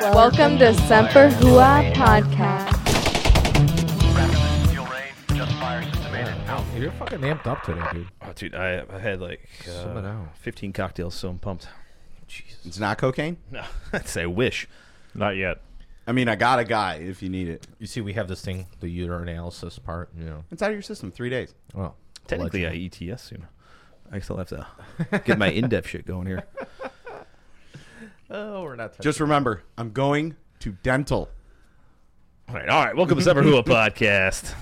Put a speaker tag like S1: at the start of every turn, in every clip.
S1: Welcome to Semper Hua Podcast.
S2: You're fucking amped up today, dude.
S3: Oh, dude, I, I had like
S2: Sum it
S3: uh,
S2: out.
S3: 15 cocktails, so I'm pumped.
S4: It's not cocaine.
S3: No, that's a wish.
S5: Not yet.
S4: I mean, I got a guy if you need it.
S2: You see, we have this thing, the urinalysis part. You know,
S4: It's out of your system. Three days.
S2: well,
S3: Technically, E I ETS soon. I still have to get my in depth shit going here.
S2: oh, we're not
S4: Just remember, I'm going to dental.
S3: All right, all right. Welcome to Summer Hula Podcast.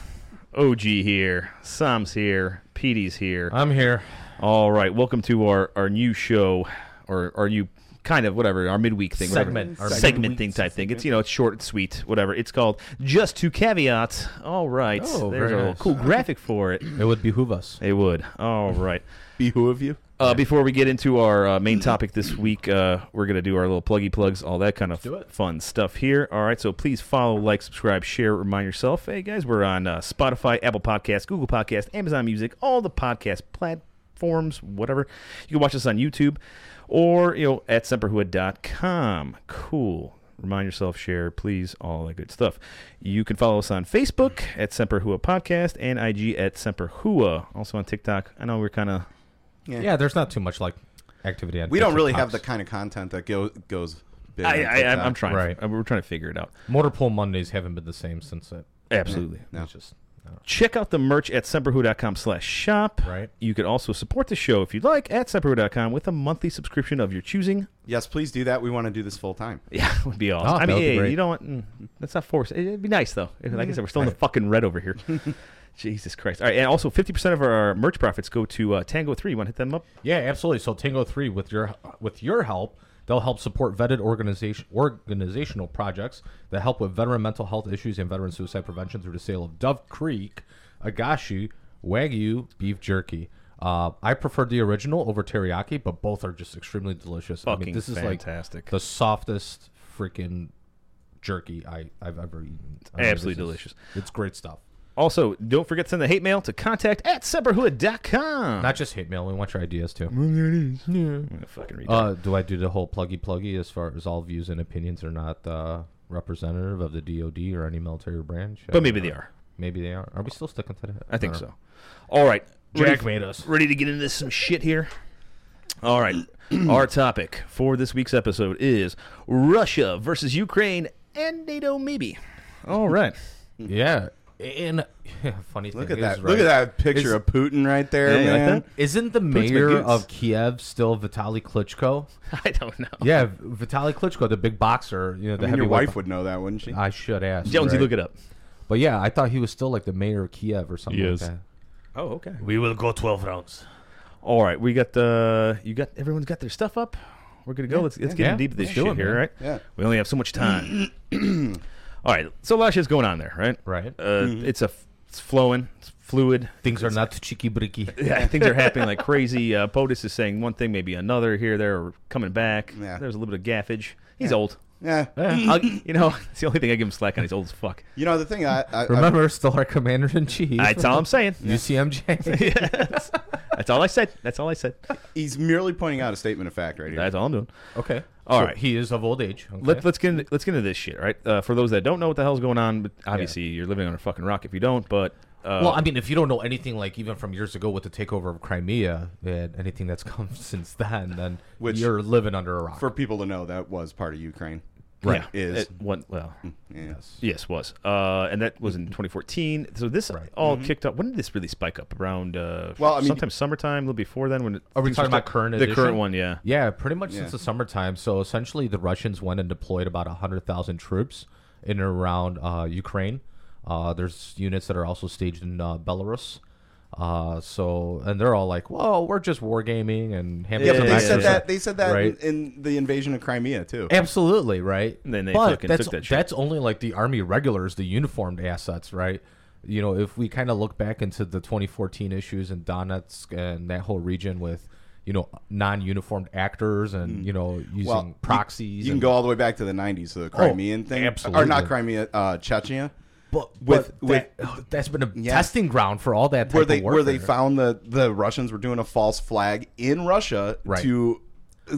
S3: OG here, Sam's here, Petey's here.
S2: I'm here.
S3: All right, welcome to our, our new show, or our new kind of whatever our midweek thing, whatever.
S2: Segment. Our
S3: segment thing type thing. It's you know it's short, it's sweet, whatever. It's called Just Two Caveats. All right,
S2: Oh,
S3: there's
S2: very
S3: a little
S2: nice.
S3: cool graphic for it.
S2: It would behoove us.
S3: It would. All right.
S4: Be who of you?
S3: Uh, before we get into our uh,
S2: Mm-hmm.
S3: main topic this week, uh, we're going to do our little pluggy plugs, all that kind of
S2: do it.
S3: fun stuff here. All right, so please follow, like, subscribe, share, remind yourself. Hey, guys, we're on uh, Spotify, Apple Podcasts, Google Podcasts, Amazon Music, all the podcast platforms, whatever. You can watch us on YouTube or, you know, at semperhood.com. Cool. Remind yourself, share, please, all that good stuff. You can follow us on Facebook at Semperhua Podcast and IG at Semperhua. Also on TikTok. I know we're kind of
S2: Yeah, there's not too much like activity. on
S4: We don't really
S2: TikToks.
S4: have the kind of content that go, goes big. on
S3: I, I, I'm-
S4: TikTok.
S3: I'm trying.
S2: Right.
S3: uh, We're trying to figure it out.
S2: motor pool Mondays haven't been the same since it.
S3: Absolutely.
S4: No.
S2: It's just
S3: Check out the merch at semperhu.com slash shop.
S2: Right.
S3: You could also support the show if you'd like at semperhu.com with a monthly subscription of your choosing.
S4: Yes, please do that. We want to do this full time.
S3: Yeah, it would be awesome.
S2: Oh,
S3: I
S2: that
S3: mean,
S2: would be
S3: hey,
S2: great.
S3: you don't want, mm, that's not forced. It- It'd be nice, though. Like I said, we're still in the fucking red over here. Jesus Christ. All right. And also, 50% of our merch profits go to uh, Tango 3. You want to hit them up?
S2: yeah, absolutely. So Tango Three, with your with your help, they'll help support vetted organization organizational projects that help with veteran mental health issues and veteran suicide prevention through the sale of Dove Creek, Agashi, Wagyu beef jerky. Uh, I prefer the original over teriyaki, but both are just extremely delicious. I
S3: Fucking
S2: mean, this is
S3: fantastic.
S2: like the softest freaking jerky I, I've ever eaten. I mean,
S3: Absolutely
S2: this is-
S3: delicious.
S2: It's great stuff.
S3: Also, don't forget to send the hate mail to contact at semperhu.com.
S2: Not just hate mail. We want your ideas too.
S3: fucking read
S2: Uh, do I do the whole pluggy pluggy as far as all views and opinions are not uh, representative of the DoD or any military branch? I
S3: but
S2: don't
S3: maybe
S2: know.
S3: they are.
S2: Maybe they are. Are we still sticking to that?
S3: I think
S2: don't
S3: so.
S2: know.
S3: All right.
S2: Jack
S3: Ready-
S2: made us.
S3: Ready to get into some shit here? All right. Our topic for this week's episode is Russia versus Ukraine and NATO maybe. All right.
S2: Yeah. And funny thing
S4: Look at
S2: is,
S4: that.
S2: right,
S4: Look at that picture
S2: is-
S4: of Putin right there,
S3: Yeah, you like
S4: man.
S3: that?
S2: Isn't the
S3: been
S2: mayor
S3: goose.
S2: of Kiev still Vitali Klitschko?
S3: I don't know.
S2: Yeah, Vitali Klitschko, the big boxer. You know, the
S4: I mean, your
S2: heavyweight
S4: wife would know that, wouldn't she?
S2: bo- I should ask.
S3: Jonesy,
S2: right?
S3: look it up.
S2: But yeah, I thought he was still like the mayor of Kiev or something.
S5: He
S2: like
S5: is.
S2: that.
S3: Oh, okay.
S5: We will go 12 rounds.
S3: All right. We got the you got everyone's got their stuff up. We're gonna go. let's let's get
S2: yeah.
S3: in deep with this
S2: Let's do
S3: shit
S2: it,
S3: here,
S2: man.
S3: right?
S4: Yeah.
S3: We only have so much time. All right. So a lot of shit's going on there, right?
S2: Right.
S3: Uh,
S5: Mm-hmm.
S3: it's a f- it's flowing, it's fluid.
S2: Things are not cheeky bricky.
S3: yeah, things are happening like crazy. Uh, POTUS is saying one thing, maybe another here, there, or coming back.
S4: Yeah.
S3: There's a little bit of gaffage. He's old.
S4: yeah.
S3: I'll- you know, it's the only thing I give him slack on. He's old as fuck.
S4: You know the thing. I, I
S2: Remember, still our commander in chief.
S3: That's all I'm saying.
S2: UCMJ.
S3: Yes. That's all I said. That's all I said.
S4: I- he's merely pointing out a statement of fact right here.
S3: That's all I'm doing.
S2: okay.
S3: All
S2: All right.
S3: right.
S2: He is of old age. Okay.
S3: Let, let's get into, let's get into this shit, right? Uh, for those that don't know what the hell's going on, but obviously you're living on a fucking rock if you don't. But uh,
S2: well, I mean, if you don't know anything, like even from years ago with the takeover of Crimea and anything that's come since then, then
S4: Which-
S2: you're living under a rock.
S4: For people to know, that was part of Ukraine.
S3: right
S4: Is. Hmm.
S3: It- one well,
S4: Yeah.
S3: yes, was uh, and that was
S4: Mm-hmm.
S3: in 2014. So this
S2: Right.
S3: all kicked up. When did this really spike up? Around uh,
S4: Well, I mean-
S3: sometime summertime, a little before then. When it-
S2: Are we
S3: things
S2: talking
S3: were
S2: about current
S3: The current
S2: edition?
S3: one, yeah.
S2: yeah, pretty much
S4: Yeah.
S2: since the summertime. So essentially, the Russians went and deployed about 100,000 troops in and around uh, Ukraine. Uh, there's units that are also staged in uh, Belarus. Uh, so, and they're all like, "Whoa, we're just wargaming and hammering
S4: Yeah,
S2: some
S4: but they
S2: axe
S4: said
S2: or
S4: that.
S2: something."
S4: They said that
S2: Right.
S4: in, in the invasion of Crimea too.
S2: Absolutely, right?
S3: And then they
S2: but
S3: fucking
S2: that's,
S3: took that shit.
S2: That's only like the army regulars, the uniformed assets, right? You know, if we kind of look back into the 2014 issues in Donetsk and that whole region with, you know, non-uniformed actors and you know using
S4: Mm. Well, you-
S2: proxies.
S4: You, can
S2: and-
S4: go all the way back to the '90s, so the Crimean thing,
S2: absolutely.
S4: or not Crimea, uh, Chechnya,
S2: but,
S4: with-
S2: but that, has been a
S4: Yeah.
S2: testing ground for all that. Type
S4: where they
S2: of
S4: where they
S2: warfare.
S4: found the the Russians were doing a false flag in Russia
S2: Right.
S4: to uh,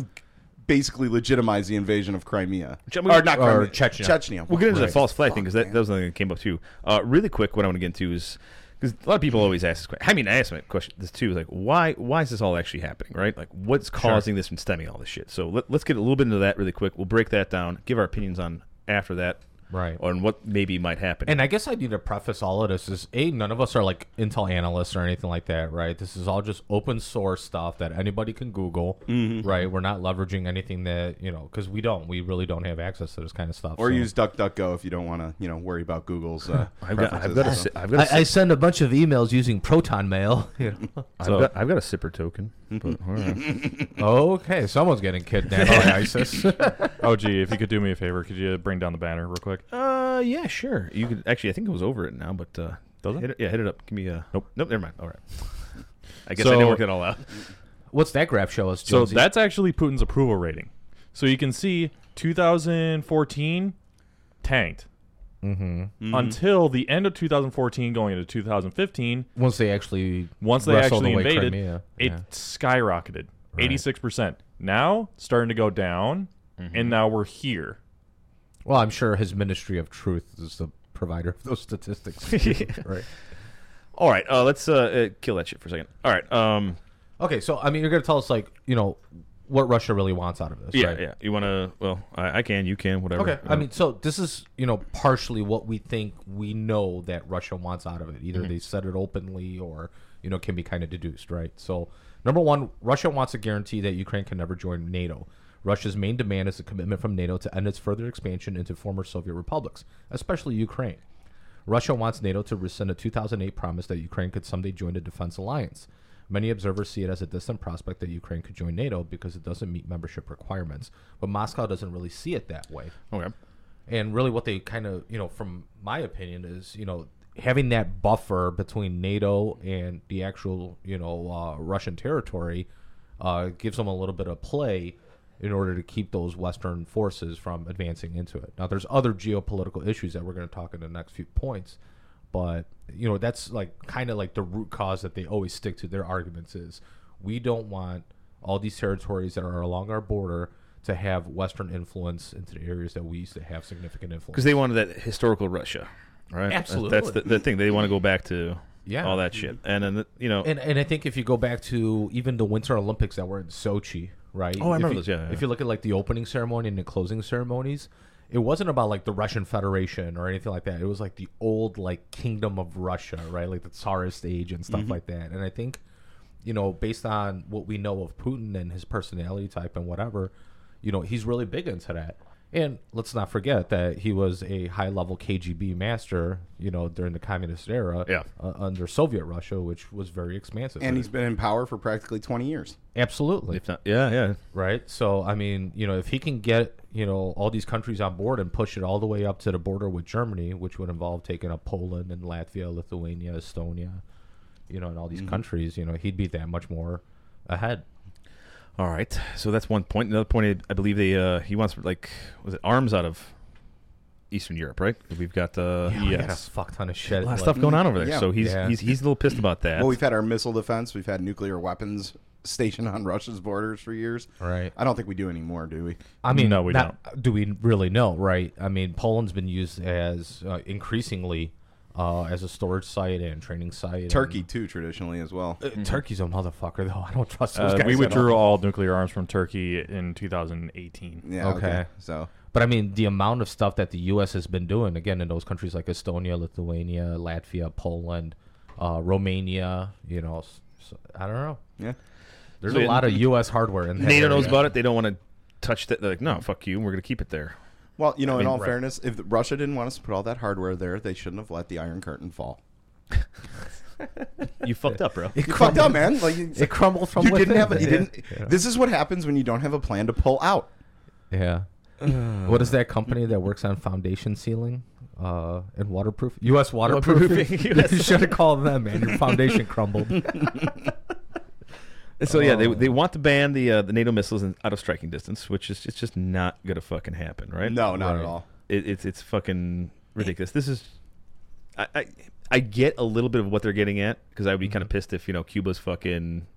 S4: basically legitimized the invasion of Crimea.
S3: Che-
S4: or not
S2: or
S4: Crimea.
S2: Chechnya.
S4: Chechnya.
S3: We'll get into the
S4: Right.
S3: false flag thing because
S4: Fuck,
S3: that,
S4: man.
S3: that was another thing that came up too. Uh, really quick, what I want to get into is because a lot of people always ask this question. I mean, I asked my question this too. is Like, why why is this all actually happening? Right? Like, what's causing this and stemming all this shit? So let, us get a little bit into that really quick. We'll break that down. Give our opinions on after that.
S2: Right.
S3: On what maybe might happen.
S2: And I guess I need to preface all of this is a none of us are like Intel analysts or anything like that, right? This is all just open source stuff that anybody can Google,
S5: Mm-hmm.
S2: right? We're not leveraging anything that you know because we don't, we really don't have access to this kind of stuff.
S4: Or
S2: so-
S4: use DuckDuckGo if you don't want to, you know, worry about Google's. Uh,
S3: I've got, I've
S4: preferences,
S3: got a,
S4: so.
S3: si- I've got a,
S2: I, I
S3: si-
S2: send a bunch of emails using Proton Mail. you know.
S3: I've got, I've got a sipper token. But, all right.
S2: okay, someone's getting kidnapped by ISIS.
S5: Oh, gee, if you could do me a favor, could you bring down the banner real quick?
S3: uh, yeah, sure. You could actually. I think it was over it now, but uh,
S5: Does it?
S3: Hit Yeah, hit it up. Give me a nope. Nope. Never mind. All right. I guess I
S5: So-
S3: didn't work that all out.
S2: What's that graph show us?
S5: So
S2: Jonesy?
S5: that's actually Putin's approval rating. So you can see 2014 tanked. Mm-hmm. Until the end of 2014, going into 2015,
S2: once they actually
S5: once they
S2: wrestled
S5: actually
S2: away
S5: invaded,
S2: Crimea.
S5: it
S2: Yeah.
S5: skyrocketed, eighty-six percent. Now starting to go down,
S2: Mm-hmm.
S5: and now we're here.
S2: Well, I'm sure his Ministry of Truth is the provider of those statistics, too, right?
S3: All right, uh, let's uh, uh, kill that shit for a second. All right, um,
S2: Okay, so I mean, you're going to tell us like you know what Russia really wants out of this,
S3: yeah,
S2: right?
S3: yeah. You want to? Well, I, I can, you can, whatever.
S2: Okay, I
S3: Uh,
S2: mean, so this is you know partially what we think we know that Russia wants out of it. Either they said it openly, or you know can be kind of deduced, right? So number one, Russia wants a guarantee that Ukraine can never join NATO. Russia's main demand is a commitment from NATO to end its further expansion into former Soviet republics, especially Ukraine. Russia wants NATO to rescind a 2008 promise that Ukraine could someday join a defense alliance. Many observers see it as a distant prospect that Ukraine could join NATO because it doesn't meet membership requirements. But Moscow doesn't really see it that way.
S3: okay.
S2: And really, what they kind of, you know, from my opinion, is, you know, having that buffer between NATO and the actual, you know, uh, Russian territory uh, gives them a little bit of play in order to keep those Western forces from advancing into it. Now, there's other geopolitical issues that we're going to talk in the next few points, but, you know, that's like kind of like the root cause that they always stick to their arguments is we don't want all these territories that are along our border to have Western influence into the areas that we used to have significant influence.
S3: Because they wanted that historical Russia, right? That's- That's
S2: Absolutely.
S3: the, the thing they want to go back to.
S2: Yeah.
S3: all that shit, and then you know,
S2: And, and I think if you go back to even the Winter Olympics that were in Sochi, right?
S3: Oh, I remember
S2: if you,
S3: those, yeah, yeah.
S2: If you look at like the opening ceremony and the closing ceremonies, it wasn't about like the Russian Federation or anything like that. It was like the old like Kingdom of Russia, right? Like the Tsarist age and
S3: Mm-hmm.
S2: stuff like that. And I think, you know, based on what we know of Putin and his personality type and whatever, you know, he's really big into that. And let's not forget that he was a high level KGB master, you know, during the communist era
S3: Yeah.
S2: uh, under Soviet Russia, which was very expansive.
S4: and he's been in power for practically 20 years.
S2: absolutely
S3: if not, yeah, yeah.
S2: right. So I mean, you know, if he can get you know all these countries on board and push it all the way up to the border with Germany, which would involve taking up Poland and Latvia, Lithuania, Estonia, you know, and all
S4: Mm-hmm.
S2: these countries, you know, he'd be that much more ahead.
S3: All right, so that's one point. Another point, I believe they uh, he wants like was it arms out of Eastern Europe, right? We've got uh,
S2: We got a
S3: yes,
S2: fuck ton of shit.
S3: a lot
S2: like-
S3: of stuff going on over there.
S4: Yeah.
S3: So he's,
S2: Yeah.
S3: he's he's a little pissed about that.
S4: Well, we've had our missile defense, we've had nuclear weapons stationed on Russia's borders for years.
S2: Right.
S4: I don't think we do anymore, do we?
S2: I mean,
S5: No, we
S2: don't. Do we really know, right? I mean, Poland's been used as uh, increasingly uh, as a storage site and training site. and-
S4: Turkey too, traditionally as well.
S2: Uh, Turkey's a motherfucker, though. I don't trust those
S5: Uh,
S2: guys.
S5: we
S2: at
S5: withdrew
S2: all.
S5: all nuclear arms from Turkey in 2018.
S4: Yeah. Okay.
S2: okay.
S4: So
S2: But I mean, the amount of stuff that the U.S. has been doing, again, in those countries like Estonia, Lithuania, Latvia, Poland, uh, Romania, you know, s s- I don't know.
S4: yeah.
S2: There's
S3: So
S2: a
S3: yeah,
S2: lot of U.S. hardware in there.
S3: NATO knows about it. They don't want to touch that. They're like, no, fuck you. We're gonna keep it there.
S4: Well, you know, in
S3: mean,
S4: all
S3: right.
S4: fairness, if the- Russia didn't want us to put all that hardware there, they shouldn't have let the Iron Curtain fall.
S3: You fucked up, bro.
S4: You fucked up, man. Like you,
S2: It crumbled from
S4: you
S2: within.
S4: didn't have. A, you
S2: Yeah.
S4: didn't. This is what happens when you don't have a plan to pull out.
S2: Yeah. what is that company that works on foundation sealing uh, and waterproof? U.S. waterproofing.
S3: Waterproofing,
S2: you should have called them, man. Your foundation crumbled.
S3: So yeah,
S4: Oh.
S3: they, they want to ban the uh, the NATO missiles in, out of striking distance, which is it's just not gonna fucking happen, right?
S4: No, not
S2: Right.
S4: at all.
S3: it, it's it's fucking ridiculous. This is, I, I I get
S2: Mm-hmm.
S3: a little bit of what they're getting at because I would be kind of pissed if you know Cuba's fucking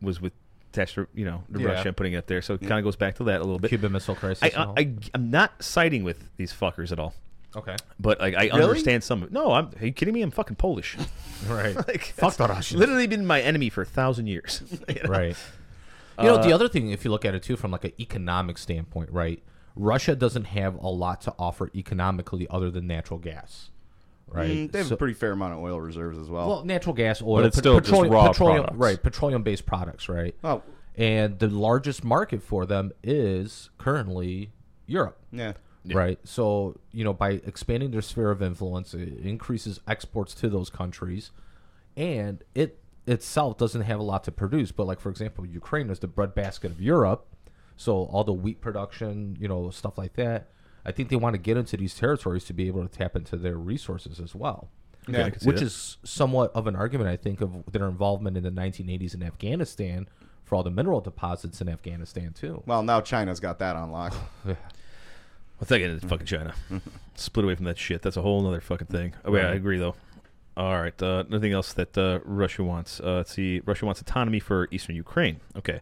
S3: was with attached to you know to
S2: Yeah.
S3: Russia and putting it up there. So it kind of goes back to that a little bit.
S2: Cuban Missile Crisis.
S3: I,
S2: and all?
S3: I, I I'm not siding with these fuckers at all,
S2: okay.
S3: but like I understand some. No, I'm. Are you kidding me? I'm fucking Polish.
S2: Right.
S3: Like,
S2: Fuck the
S3: that's
S2: Russians.
S3: Literally been my enemy for a thousand years. You know?
S2: right. You know,
S4: Uh,
S2: the other thing, if you look at it too from like an economic standpoint, right? Russia doesn't have a lot to offer economically other than natural gas, right?
S4: Mm, they have
S2: So-
S4: a pretty fair amount of oil reserves as well.
S2: well, natural gas, oil,
S5: it's still just raw
S2: petroleum,
S5: products.
S2: right? Petroleum-based products, right?
S4: Oh.
S2: And the largest market for them is currently Europe.
S4: yeah.
S2: Right. So, you know, by expanding their sphere of influence, it increases exports to those countries. And it itself doesn't have a lot to produce. But, like, for example, Ukraine is the breadbasket of Europe. So, all the wheat production, you know, stuff like that. I think they want to get into these territories to be able to tap into their resources as well.
S4: Yeah.
S3: I can see
S2: Which
S3: that.
S2: is somewhat of an argument, I think, of their involvement in the 1980s in Afghanistan for all the mineral deposits in Afghanistan, too.
S4: Well, now China's got that on lock.
S3: Well, thank goodness, fucking China. Split away from that shit. That's a whole other fucking thing. Oh, yeah, I
S2: Right.
S3: agree though. All right. Uh, nothing else that uh, Russia wants. Uh, let's see. Russia wants autonomy for eastern Ukraine. Okay.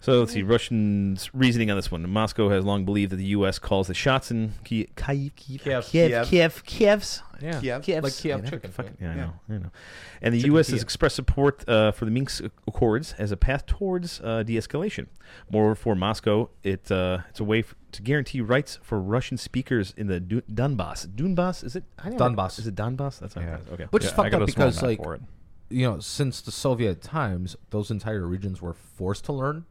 S3: So let's see. Russians' reasoning on this one. Moscow has long believed that the U.S. calls the shots in Kiev, Kiev, Kiev,
S2: Kiev.
S3: Kiev, Kiev, Kiev, Kiev's.
S2: Yeah.
S4: Kiev.
S2: Like Kiev
S3: Yeah,
S2: chicken.
S3: fucking- yeah, I
S4: Yeah.
S3: know. I know. And the U.S. has
S2: Kiev.
S3: expressed support uh, for the Minsk Accords as a path towards uh, de-escalation. Moreover, for Moscow, it uh, it's a way f- to guarantee rights for Russian speakers in the du- Donbass. Donbass is it? I don't
S2: Donbass.
S3: Is it Donbass? That's not
S2: Yeah.
S3: okay.
S2: Which
S5: Yeah,
S2: is
S5: I
S2: fucked
S5: got
S2: up
S5: a small
S2: because,
S5: map
S2: like,
S5: for it.
S2: you know, since the Soviet times, those entire regions were forced to learn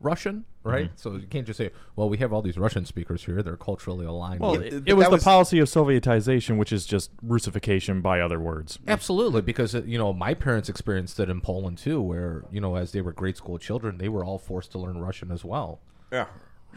S2: Russian, right?
S5: Mm-hmm.
S2: So you can't just say, "Well, we have all these Russian speakers here; they're culturally aligned."
S5: Well,
S2: with-
S5: it,
S4: th-
S5: it
S4: that
S5: was the
S4: was-
S5: policy of Sovietization, which is just Russification by other words.
S2: absolutely, because uh, you know, my parents experienced it in Poland too, where you know, as they were grade school children, they were all forced to learn Russian as well.
S3: yeah.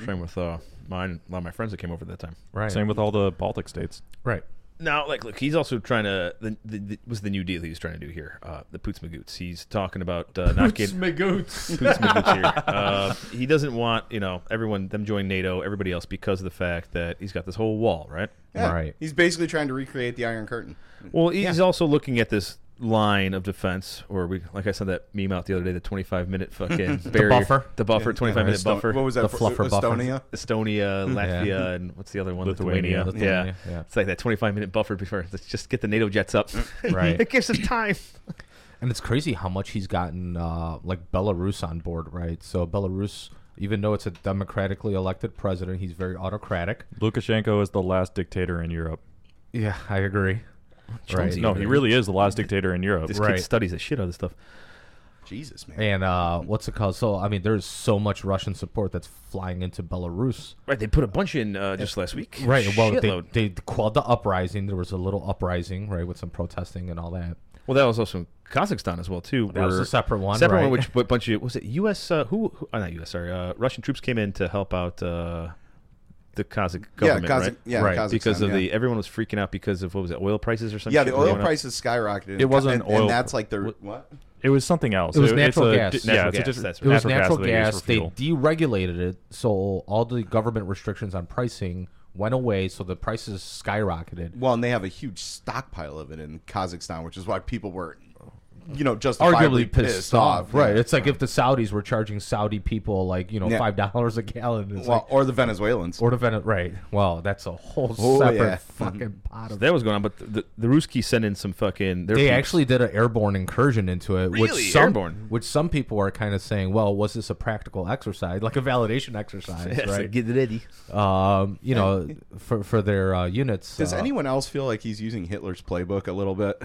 S3: Same with uh, mine. A lot of my friends that came over at that time.
S2: Right.
S5: Same with all the Baltic states.
S2: Right.
S3: Now, like, look, he's also trying to. The, the, the was the New Deal he was trying to do here. Uh, the Poots Magoots. He's talking about uh, not getting. Putin Smith is here. Uh, he doesn't want you know everyone them join NATO, everybody else because of the fact that he's got this whole wall, right?
S4: Yeah.
S2: Right.
S4: He's basically trying to recreate the Iron Curtain.
S3: Well, he's also looking at this line of defense, or we like I sent that meme out the other day, the twenty-five minute fucking barrier,
S2: buffer.
S3: the buffer, twenty-five minute
S4: Esto-
S3: buffer.
S4: What was that?
S2: The
S4: for-
S2: fluffer buffer.
S4: Estonia.
S3: Estonia, Latvia,
S2: Mm-hmm. Yeah.
S3: and what's the other one?
S5: Lithuania.
S2: Lithuania,
S3: Yeah.
S2: yeah.
S3: it's like that twenty-five minute buffer before. Let's just get the NATO jets up.
S2: Right.
S3: it gives us time.
S2: And it's crazy how much he's gotten, uh, like Belarus on board, right? So Belarus, even though it's a democratically elected president, he's very autocratic.
S5: Lukashenko is the last dictator in Europe.
S2: Yeah, I agree.
S3: Jonesy.
S5: No, he really is the last dictator in Europe.
S3: This
S2: Right.
S3: kid studies the shit out of this stuff.
S4: Jesus, man.
S2: And uh, what's it called? So I mean, there's so much Russian support that's flying into Belarus.
S3: Right, they put a bunch in uh, just last week.
S2: Well, they,
S3: Shitload.
S2: they quelled the uprising. There was a little uprising, right, with some protesting and all that.
S3: Well, that was also in Kazakhstan as well too.
S2: That was
S3: where-
S2: a separate one,
S3: Separate
S2: right.
S3: one, which a bunch of was it U.S. Uh, who, who oh, not U.S. Sorry, uh, Russian troops came in to help out uh, the Kazakh
S4: yeah,
S3: government,
S4: Kazakh,
S3: right?
S4: yeah,
S2: Right,
S4: Kazakhstan,
S3: Because of
S4: yeah.
S3: the everyone was freaking out because of what was it oil prices or something?
S4: yeah, the oil prices skyrocketed.
S5: It wasn't
S4: and,
S5: oil
S4: and that's like their
S5: what-
S4: what?
S5: It was something else.
S2: It was
S5: it's
S2: natural
S5: a
S2: gas.
S5: di- yeah,
S3: Natural
S5: it's
S3: gas,
S5: a different
S3: that's
S2: It was natural
S5: natural, gas.
S2: gas.
S5: that they
S2: They
S5: use for fuel.
S2: deregulated it, so all the government restrictions on pricing went away. So the prices skyrocketed.
S4: Well, and they have a huge stockpile of it in Kazakhstan, which is why people were, you know, justifiably
S2: Arguably pissed, off, right? It's like if the Saudis were charging Saudi people like you know
S4: Yeah.
S2: five dollars a gallon, it's
S4: Well,
S2: like,
S4: or the Venezuelans.
S2: or the Vene- right? Well, that's a whole
S4: Oh,
S2: separate
S4: yeah.
S2: fucking pot of
S3: That was going on, but the, the, the Ruskies sent in some fucking. Their
S2: they
S3: troops.
S2: actually did an airborne incursion into it,
S3: Really?
S2: which some
S3: Airborne?
S2: which some people are kind of saying, well, was this a practical exercise, like a validation exercise,
S3: Yes,
S2: right?
S3: get ready.
S2: Um, you know, for for their uh, units.
S4: Does
S2: uh,
S4: anyone else feel like he's using Hitler's playbook a little bit?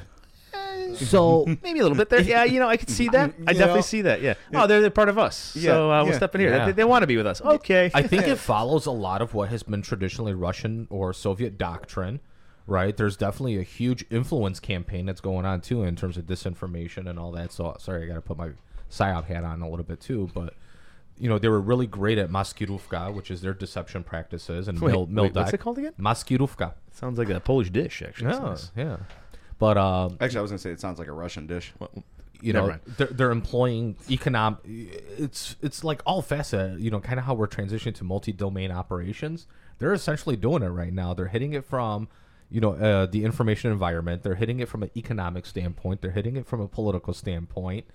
S2: so
S3: Maybe a little bit there. Yeah, you know, I could see that. I
S4: You
S3: definitely
S4: know?
S3: see that. Yeah. Oh, they're, they're part of us.
S4: Yeah,
S3: so uh, we'll
S4: yeah.
S3: step in here.
S2: Yeah.
S3: They, they want to be with us. Okay.
S2: I think it follows a lot of what has been traditionally Russian or Soviet doctrine, right? There's definitely a huge influence campaign that's going on too in terms of disinformation and all that. So sorry, I got to put my psyop hat on a little bit too, but. You know they were really great at maskiruvka, which is their deception practices, and
S3: Wait,
S2: mil, mil
S3: wait, what's it called again?
S2: Maskiruvka.
S3: sounds like a Polish dish. Actually, It's nice.
S2: yeah. But um,
S4: Actually, I was gonna say it sounds like a Russian dish.
S2: you
S3: Never
S2: know,
S3: mind.
S2: they're, they're employing economic. It's it's like all facet. You know, kind of how we're transitioning to multi-domain operations. They're essentially doing it right now. They're hitting it from, you know, uh, the information environment. They're hitting it from an economic standpoint. They're hitting it from a political standpoint.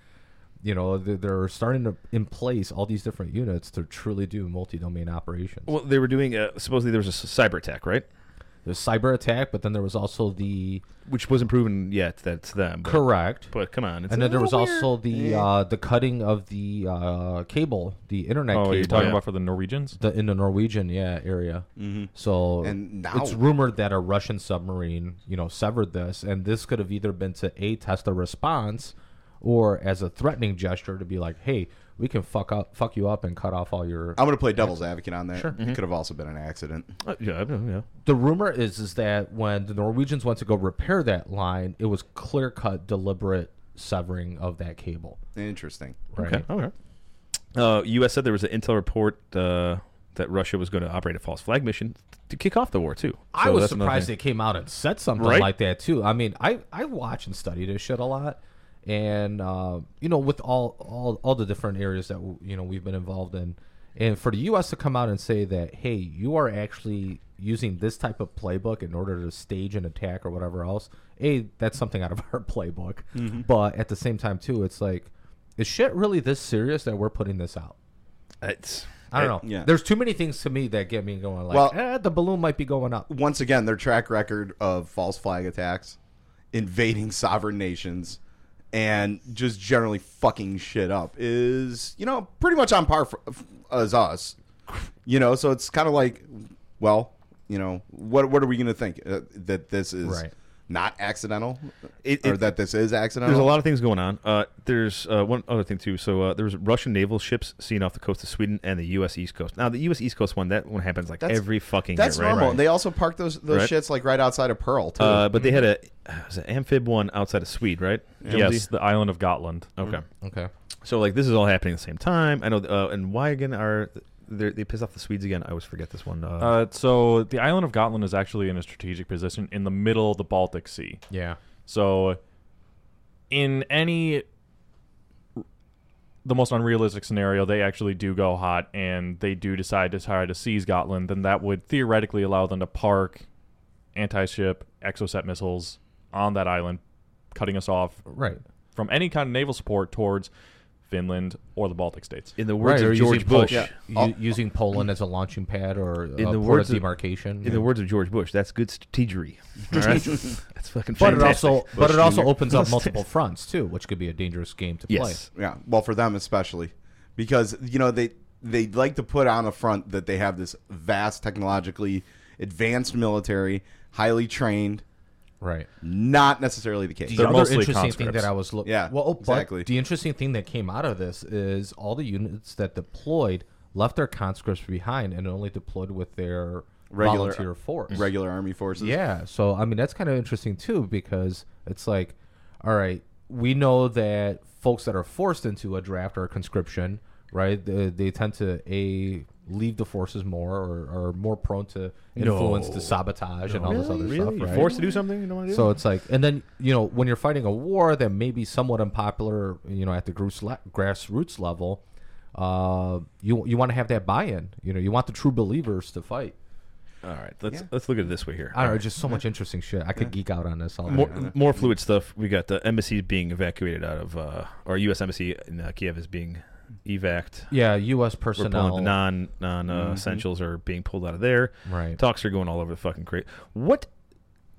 S2: you know, th- they're starting to in place all these different units to truly do multi-domain operations.
S3: Well, they were doing uh, supposedly there was a s- cyber attack, right?
S2: There's cyber attack, but then there was also the
S3: Which wasn't proven yet. That's them. But,
S2: correct,
S3: But come on, it's
S2: and
S3: a
S2: then there was
S3: little weird.
S2: also the uh, the cutting of the uh, cable, the internet
S5: Oh,
S2: cable.
S5: you're talking
S3: yeah.
S5: about for the Norwegians?
S2: the, in the Norwegian yeah area. Mm-hmm. So
S4: And now-
S2: it's rumored that a Russian submarine, you know, severed this, and this could have either been to a test a response, or as a threatening gesture to be like, hey, we can fuck up, fuck you up, and cut off all your.
S4: I'm going to play devil's advocate on that.
S2: Mm-hmm.
S4: It could have also been an accident.
S3: Uh, yeah, I don't know,
S2: The rumor is is that when the Norwegians went to go repair that line, it was clear cut, deliberate severing of that cable.
S4: Interesting.
S3: yeah.
S2: Right.
S3: Okay. Okay. Uh, U.S. said there was an intel report uh, that Russia was going to operate a false flag mission to kick off the war too.
S2: I
S3: So
S2: was
S3: that's another
S2: surprised
S3: thing.
S2: they came out and said something
S3: Right?
S2: like that too. I mean, I I watch and study this shit a lot, and uh, you know, with all all all the different areas that w- you know we've been involved in, and for the U.S. to come out and say that, hey, you are actually using this type of playbook in order to stage an attack or whatever else. A, that's something out of our playbook,
S3: Mm-hmm.
S2: but at the same time too, it's like, is shit really this serious that we're putting this out?
S3: It's-
S2: I don't know.
S4: yeah.
S2: There's too many things to me that get me going. Like,
S4: Well-
S2: eh, the balloon might be going up.
S4: Once again, their track record of false flag attacks, invading sovereign nations, and just generally fucking shit up is, you know, pretty much on par for, f- as us. You know, so it's kind of like, well, you know, what what are we going to think uh, that this is
S2: Right.
S4: not accidental,
S3: It-
S4: or
S3: it-
S4: that this is accidental?
S2: Oh.
S3: There's a lot of things going on. Uh, there's uh, one other thing too. So uh, there was Russian naval ships seen off the coast of Sweden and the U.S. East coast. Now the U.S. East coast one, that one happens like
S4: That's-
S3: every fucking
S4: That's
S3: year, right?
S4: normal.
S3: Right.
S4: They also park those those
S3: Right.
S4: shits like right outside of Pearl too.
S3: uh, but they had a it was an amphib one outside of Sweden, right?
S5: Yes, the island of Gotland.
S3: Okay.
S2: Okay.
S3: So like this is all happening at the same time. I know. Uh, and why again are they're- they piss off the Swedes again? I always forget this one. Uh,
S5: Uh, so the island of Gotland is actually in a strategic position in the middle of the Baltic Sea.
S2: Yeah.
S5: So, in any the most unrealistic scenario, they actually do go hot and they do decide to try to seize Gotland, then that would theoretically allow them to park anti-ship exocet missiles on that island, cutting us off
S2: Right.
S5: from any kind of naval support towards Finland or the Baltic states.
S3: in the words
S2: or
S3: of
S2: using
S3: George
S2: Pol-
S3: Bush.
S2: yeah, u- using Poland as a launching pad or in
S3: the
S2: the port
S3: words
S2: of
S3: of-
S2: demarcation.
S3: In the words of George Bush, that's good strategery. All right? that's fucking.
S2: but it
S3: fantastic.
S2: also but it also opens up
S3: Bush
S2: multiple
S3: Jr.
S2: fronts too, which could be a dangerous game to
S3: yes.
S4: yeah, well, for them especially, because you know they they like to put on the front that they have this vast, technologically advanced military, highly trained.
S2: play. Right.
S4: Not necessarily the case.
S2: The
S5: They're
S2: other
S5: mostly
S2: interesting thing
S5: conscripts.
S2: that I was looking
S4: Yeah,
S2: well, oh, but
S4: exactly.
S2: the interesting thing that came out of this is all the units that deployed left their conscripts behind and only deployed with their
S4: Regular-
S2: volunteer force.
S4: Regular army forces.
S2: Yeah. So I mean, that's kind of interesting too because it's like, all right, we know that folks that are forced into a draft or a conscription, right? They, they tend to a leave the forces more or are more prone to influence to sabotage and all this other
S3: Really?
S2: stuff, right?
S3: Forced to do something you don't want to do.
S2: So it's like, and then you know, when you're fighting a war that may be somewhat unpopular, you know, at the grass- grassroots level, uh, you you want to have that buy-in. You know, you want the true believers to fight.
S3: All right, let's let's look at it this way here.
S2: I don't know, just so much interesting shit. I could geek out on this all
S3: More,
S2: day.
S3: more fluid stuff. We got the embassy being evacuated out of, uh, or U.S. embassy in uh, Kiev is being evac'd.
S2: Yeah, U.S.
S3: We're pulling
S2: personnel.
S3: the non non uh, essentials are being pulled out of there.
S2: Right.
S3: Talks are going all over the fucking crate. What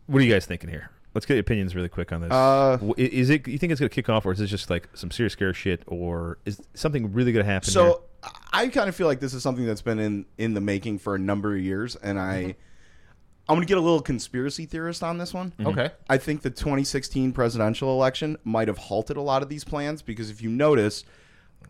S3: What are you guys thinking here? Let's get your opinions really quick on this.
S4: Uh,
S3: Wh- i- is it you think it's gonna kick off, or is this just like some serious scare shit, or is something really gonna happen? here?
S4: So I kind of feel like this is something that's been in in the making for a number of years, and I
S2: Mm-hmm.
S4: I'm going to get a little conspiracy theorist on this one.
S2: Okay.
S4: I think the 2016 presidential election might have halted a lot of these plans because if you notice,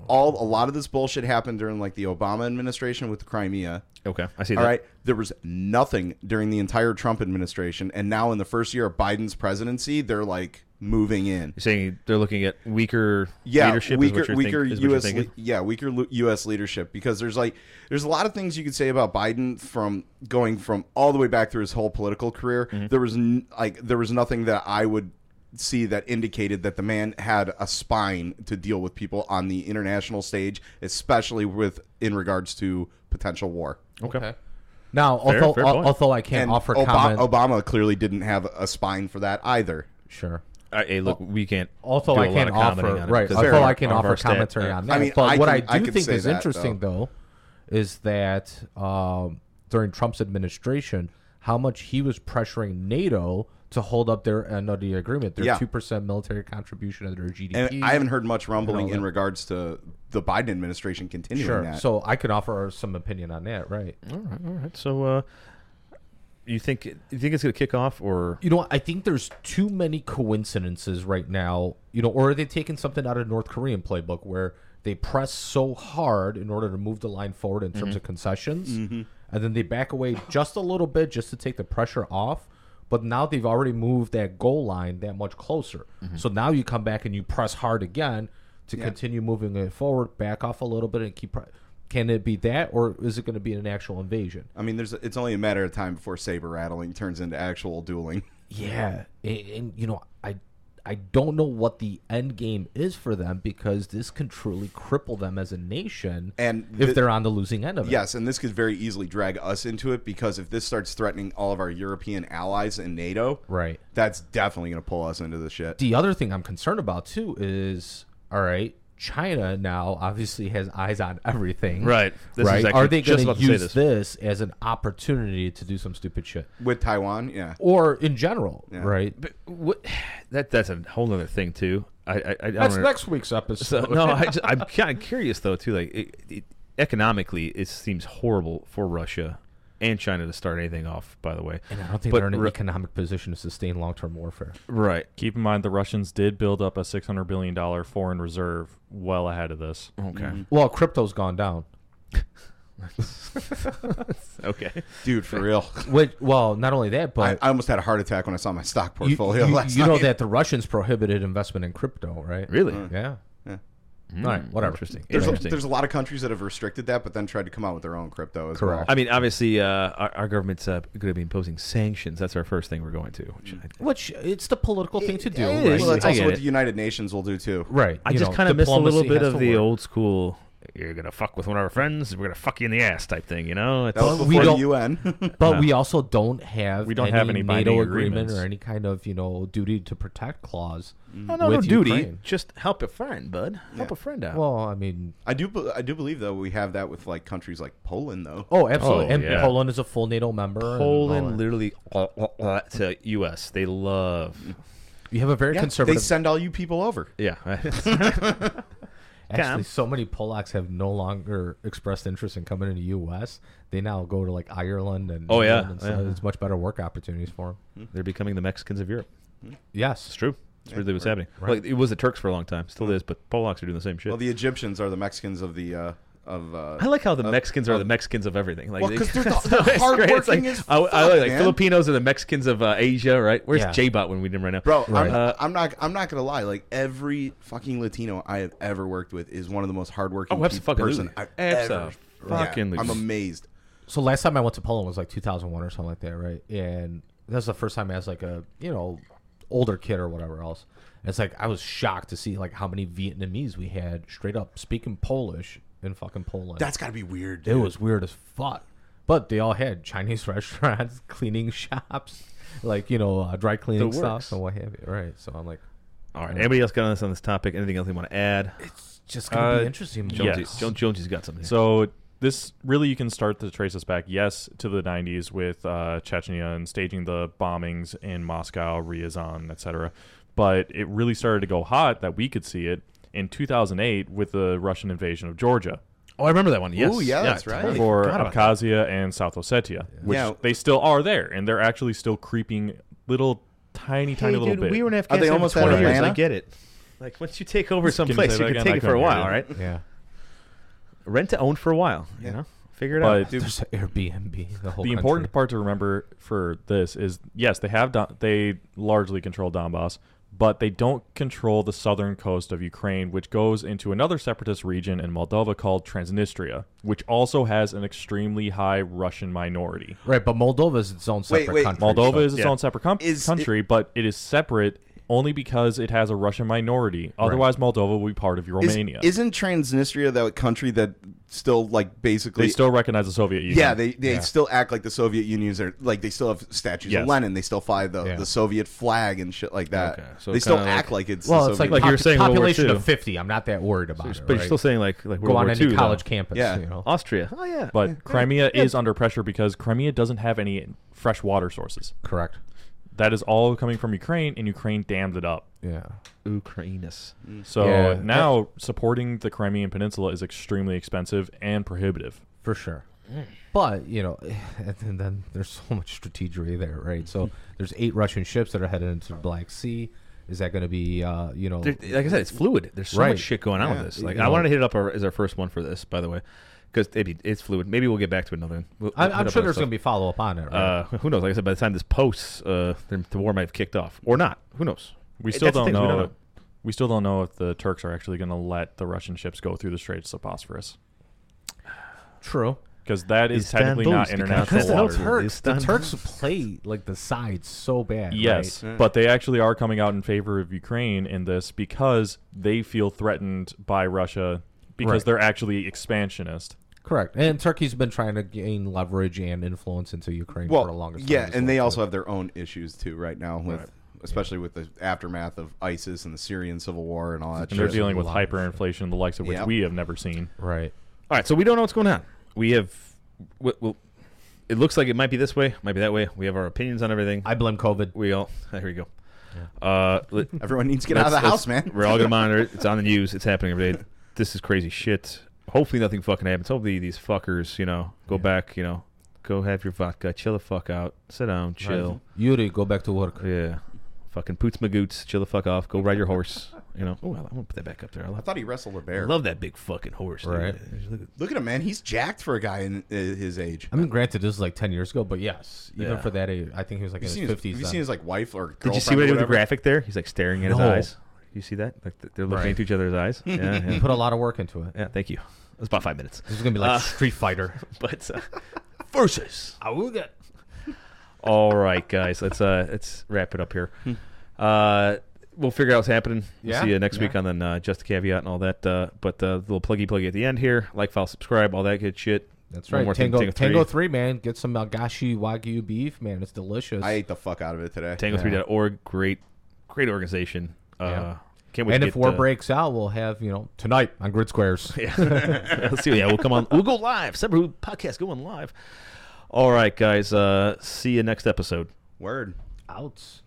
S4: all a lot of this bullshit happened during like the Obama administration with Crimea.
S3: okay, I see.
S4: All
S3: that.
S4: right, there was nothing during the entire Trump administration, and now in the first year of Biden's presidency, they're like moving in
S3: You're saying they're looking at weaker
S4: yeah,
S3: leadership.
S4: weaker,
S3: is what you're
S4: weaker
S3: think, is what you're
S4: U.S.
S3: thinking?
S4: le- yeah, weaker lu- U.S. leadership because there's like there's a lot of things you could say about Biden from going from all the way back through his whole political career.
S3: Mm-hmm.
S4: There was n- like there was nothing that I would see that indicated that the man had a spine to deal with people on the international stage, especially with in regards to potential war.
S2: Okay. Now, although
S3: fair
S2: al-
S3: point.
S2: although I can't
S4: And
S2: offer
S4: Oba-
S2: comment,
S4: Obama clearly didn't have a spine for that either.
S2: sure.
S3: I, hey, look, we can't.
S2: Although
S3: do a
S2: I
S3: lot
S2: can't
S3: of commenting
S2: offer
S3: on it
S2: right.
S3: because
S4: fair
S2: Although I
S4: enough.
S2: can
S3: of
S2: offer
S3: our stat.
S2: commentary
S3: Yeah.
S2: on that.
S4: I mean,
S2: but
S4: I
S2: what
S4: can-
S2: I
S4: I
S2: do
S4: can
S2: think
S4: say
S2: is
S4: that,
S2: interesting though, is that um, during Trump's administration, how much he was pressuring NATO to hold up their end of the agreement, their
S4: Yeah.
S2: two percent military contribution of their GDP.
S4: And I haven't heard much rumbling
S2: all
S4: in
S2: that.
S4: regards to the Biden administration continuing
S2: sure.
S4: that.
S2: So I can offer some opinion on that, right?
S3: All right, all right. So, uh, you think you think it's going to kick off, or
S2: You know, what? I think there's too many coincidences right now. You know, or are they taking something out of North Korean playbook where they press so hard in order to move the line forward in terms of concessions, and then they back away just a little bit just to take the pressure off. But now they've already moved that goal line that much closer. So now you come back and you press hard again to continue moving it forward, back off a little bit, and keep. Pre- Can it be that, or is it going to be an actual invasion?
S4: I mean, there's it's only a matter of time before saber rattling turns into actual dueling.
S2: Yeah, and, and you know, I I don't know what the end game is for them because this can truly cripple them as a nation,
S4: And the-
S2: if they're on the losing end of it.
S4: Yes, and this could very easily drag us into it because if this starts threatening all of our European allies in NATO,
S2: right.
S4: that's definitely going to pull us into the shit.
S2: The other thing I'm concerned about too is all right, China now obviously has eyes on everything.
S3: Right. This is
S2: right.
S3: actually
S2: Are they
S3: just
S2: going
S3: about to say
S2: use
S3: this.
S2: this. as an opportunity to do some stupid shit,
S4: With Taiwan, yeah.
S2: or in general? Right.
S3: what? That that's a whole other thing too. I I, I don't
S2: That's
S3: under-
S2: next week's episode.
S3: So no, I just, I'm kind of curious though too. Like it, it, economically, it seems horrible for Russia and China to start anything off. By the way,
S2: And I don't think
S3: But
S2: they're in an
S3: Ru-
S2: economic position to sustain long-term warfare.
S3: right?
S5: Keep in mind the Russians did build up a six hundred billion dollar foreign reserve well ahead of this.
S3: Okay,
S4: Mm.
S2: Well, crypto's gone down.
S3: okay.
S4: Dude, for real.
S2: Which, well, not only that,
S4: I,
S2: but
S4: I almost had a heart attack when I saw my stock
S2: you,
S4: portfolio
S2: you-
S4: last
S2: you know
S4: night.
S2: that the Russians prohibited investment in crypto, right?
S3: Really?
S4: Mm.
S2: Yeah.
S4: Yeah.
S2: All right, whatever.
S3: Interesting.
S4: There's a,
S3: Interesting.
S4: there's a lot of countries that have restricted that, but then tried to come out with their own crypto as
S2: Correct.
S4: well.
S3: I mean, obviously, uh, our, our government's uh, going to be imposing sanctions. That's our first thing we're going to. Which I,
S2: Which it's the political thing to do,
S3: it
S2: right?
S3: is.
S4: well, that's
S3: I
S4: also
S3: get
S4: what
S3: it.
S4: the United Nations will do too.
S2: right.
S3: I
S2: you
S3: just
S2: know,
S3: kind of miss a little
S2: diplomacy
S3: bit
S2: has to
S3: of the
S2: work.
S3: old school. You're gonna fuck with one of our friends. We're gonna fuck you in the ass type thing. You know, it's,
S4: That was
S2: But we
S4: before the
S2: don't-
S4: UN.
S2: But
S3: No.
S2: we also don't have
S5: We don't
S2: any
S5: have any binding
S2: NATO agreement
S5: agreements.
S2: or any kind of you know duty to protect clause.
S4: Mm.
S3: no, no, no
S2: with
S3: duty.
S2: Ukraine.
S3: Just help a friend, bud. Help
S4: Yeah.
S3: a friend out.
S2: Well, I mean,
S4: I do, be- I do believe though we have that with like countries like Poland though.
S2: oh, absolutely.
S3: Oh,
S2: and
S3: yeah.
S2: Poland is a full NATO member. and all
S3: Poland
S2: that.
S3: literally uh, to U.S. They love.
S2: you have a very
S4: Yeah,
S2: conservative.
S4: They send all you people over.
S3: Yeah.
S2: Actually,
S3: Come.
S2: so many Polacks have no longer expressed interest in coming to the U.S. They now go to like Ireland and
S3: Oh, yeah.
S2: England and stuff.
S3: Yeah. Mm.
S2: it's much better work opportunities for them.
S3: They're becoming the Mexicans of Europe. It's
S2: Yes,
S3: true. It's really what's happening. Like it was the Turks for a long time, still is, but Polacks are doing the same shit.
S4: Well, the Egyptians are the Mexicans of the uh, of. Uh,
S3: I like how the Mexicans are the Mexicans of everything. Like,
S4: Well, 'cause they're the-
S3: it's
S4: they're
S3: great. It's like,
S4: hardworking as
S3: I, I
S4: fuck,
S3: like, like
S4: man.
S3: Filipinos are the Mexicans of uh, Asia, right? Where's
S2: Yeah.
S3: J-Bot when we didn't Uh, right now?
S4: Bro,
S2: Right.
S4: I'm, I'm not. I'm not gonna lie. Like every fucking Latino I have ever worked with is one of the most hardworking
S3: Oh,
S4: peop-
S3: absolutely.
S4: person I've ever.
S3: Absolutely.
S4: Yeah, I'm amazed.
S2: so last time I went to Poland was like 2001 or something like that, right? And that's the first time as like a you know older kid or whatever else. And it's like I was shocked to see like how many Vietnamese we had straight up speaking Polish in fucking Poland.
S4: That's gotta be weird.
S2: it
S4: dude.
S2: was weird as fuck. But they all had Chinese restaurants, cleaning shops, like you know uh, dry cleaning
S3: The works.
S2: stuff and what have you, right? So I'm like,
S3: All right. Anybody else got on this on this topic? Anything else they want to add?
S2: it's just gonna
S5: Uh,
S2: be interesting.
S5: Jonesy-
S3: Jonesy,
S5: yes.
S3: Jones, Jonesy's got something. here.
S5: So this really you can start to trace this back, yes, to the '90s with uh, Chechnya and staging the bombings in Moscow, Ryazan, etc. But it really started to go hot that we could see it in 2008 with the Russian invasion of Georgia
S3: oh, I remember that one. Yes.
S4: Ooh, yeah, that's
S3: I
S4: right.
S3: totally
S5: for
S3: forgot about
S5: Abkhazia and South Ossetia, which
S4: Yeah.
S5: they still are there, and they're actually still creeping little tiny,
S3: that.
S5: tiny little
S3: dude,
S5: bit.
S3: We were in
S4: Are
S3: Afghanistan
S4: they almost
S3: for
S4: at
S3: 20 years. I
S4: Atlanta?
S3: get it. Like once you take over some
S5: Can you
S3: place,
S5: say
S3: you
S5: that
S3: can
S5: again?
S3: take
S5: I
S3: it for a
S5: couldn't hear
S3: while,
S5: you.
S3: all right?
S2: Yeah.
S3: Rent to own for a while, you know? Figure it
S5: But
S3: out.
S5: Dude.
S2: There's Airbnb. The whole
S5: the important part to remember for this is yes, they have Don- they largely control Donbass, but they don't control the southern coast of Ukraine, which goes into another separatist region in Moldova called Transnistria, which also has an extremely high Russian minority.
S2: right? But Moldova is its own
S4: Wait,
S2: separate
S4: wait.
S2: country.
S5: Moldova
S2: so-
S5: is its
S3: Yeah.
S5: own separate com-
S4: Is it-
S5: country, but it is separate only because it has a Russian minority. Otherwise, Moldova would be part of Romania.
S4: Is, not Transnistria that country that still like basically?
S5: they still recognize the Soviet Union.
S4: yeah, they they still act like the Soviet Union's are like they still have statues
S5: Yes.
S4: of Lenin. They still fly the,
S2: Yeah.
S4: the Soviet flag and shit like that.
S3: Okay, so
S4: they still
S3: kinda
S4: act like it's
S2: Well,
S4: the
S2: it's like,
S4: Soviet-
S3: Like you were
S2: popu-
S3: saying World War
S2: population
S3: II.
S2: of 50. I'm not that worried about it.
S3: But you're
S2: right?
S3: still saying like like World
S2: go on
S3: War
S2: any
S3: II, though.
S2: college campus.
S4: Yeah.
S2: You know?
S3: Austria. Oh yeah.
S5: But Crimea is under pressure because Crimea doesn't have any fresh water sources.
S2: Correct.
S5: That is all coming from Ukraine, and Ukraine dammed it up.
S2: Yeah.
S3: Ukrainus.
S5: So
S2: Yeah.
S5: now supporting the Crimean Peninsula is extremely expensive and prohibitive.
S2: For sure. But, you know, and then there's so much strategery there, right? So there's eight Russian ships that are headed into the Black Sea. Is that going to be, uh, you know,
S3: There- like I said, it's fluid. There's so
S2: Right.
S3: much shit going on with this. Like
S2: You
S3: I
S2: know-
S3: wanted to hit it up our, as our first one for this, by the way, because it's fluid. Maybe we'll get back to another. one. We'll,
S2: I, I'm sure there's going to be follow up on it, right?
S3: Uh, who knows? Like I said, by the time this posts, uh, the the war might have kicked off or not. Who knows?
S5: We
S3: Hey,
S5: still
S3: that's the
S5: don't
S3: thing, we
S5: know. We still don't know if the Turks are actually going to let the Russian ships go through the Straits of Bosphorus
S2: True.
S5: because that is technically
S3: Istanbul's
S5: not
S3: become-
S5: international
S2: Because the
S5: waters.
S3: Turks-
S2: Turks, the
S3: Istanbul.
S2: Turks play like the sides so bad.
S5: Yes,
S2: right?
S5: but they actually are coming out in favor of Ukraine in this because they feel threatened by Russia because
S2: Right.
S5: they're actually expansionist.
S2: correct. And Turkey's been trying to gain leverage and influence into Ukraine
S4: well,
S2: for the longest time.
S4: yeah,
S2: as
S4: and
S2: well,
S4: they
S2: too.
S4: also have their own issues too right now with. Especially with the aftermath of ISIS and the Syrian civil war and all that.
S5: And they're
S4: shit.
S5: dealing with
S2: a lot of
S5: hyperinflation, the likes of which
S4: Yep.
S5: we have never seen.
S2: right.
S3: All right, so we don't know what's going on. We have, we, well, it looks like it might be this way, might be that way. We have our opinions on everything.
S2: I blame COVID.
S3: we all here we go. Uh, let-
S4: Everyone needs to get out of the
S3: let's-
S4: house,
S3: let's-
S4: man.
S3: We're all gonna monitor it. It's on the news. It's happening every day. This is crazy shit. Hopefully nothing fucking happens. Hopefully these fuckers, you know, go back. You know, go have your vodka, chill the fuck out, sit down, chill.
S2: Yuri, go back to work.
S3: Yeah, fucking poots magoots, chill the fuck off, go ride your horse. You know, oh, I'm gonna put that back up there. I
S4: I
S3: love,
S4: thought he wrestled a
S3: I
S4: bear.
S3: love that big fucking horse. dude.
S2: Right.
S3: Look at-
S4: Look at him, man. He's jacked for a guy in uh, his age.
S2: I mean, granted, this is like ten years ago, but yes, even
S3: Yeah.
S2: for that age, I think he was like
S4: Have you,
S2: in
S4: seen
S2: his
S4: his,
S2: fifties. uh,
S4: have you seen his like wife or girlfriend?
S3: Did you see what
S4: or
S3: he did with the
S4: whatever?
S3: graphic there? He's like staring at his
S2: No.
S3: eyes. You see that? Like th- they're looking
S2: Right.
S3: into each other's eyes. Yeah,
S2: He
S3: yeah.
S2: put a lot of work into it.
S3: Yeah, Thank you. It was about five minutes.
S2: This is gonna be like
S3: Uh,
S2: Street Fighter.
S3: But uh, versus.
S2: Awooga.
S3: All right, guys. Let's uh let's wrap it up here. Uh, we'll figure out what's happening. We'll
S2: Hmm. Yeah,
S3: see you next week
S2: yeah.
S3: on then uh, just a caveat and all that. Uh, but uh, little pluggy pluggy at the end here. Like, file, subscribe, all that good shit.
S2: That's
S3: One
S2: right.
S3: more thing,
S2: Tango,
S3: Tango three.
S2: Tango three, man. Get some Malgashi Wagyu beef, man. It's delicious.
S4: I ate the fuck out of it today.
S3: Tango3.org. Great, great organization. Uh,
S2: Yeah.
S3: Can't wait.
S2: and
S3: to
S2: if
S3: get,
S2: war
S3: uh,
S2: breaks out, we'll have you know tonight on Grid Squares.
S3: Let's see. Yeah, we'll come on. We'll go live. Cyberhood podcast going live. All right, guys. Uh, see you next episode.
S4: Word.
S2: Outs.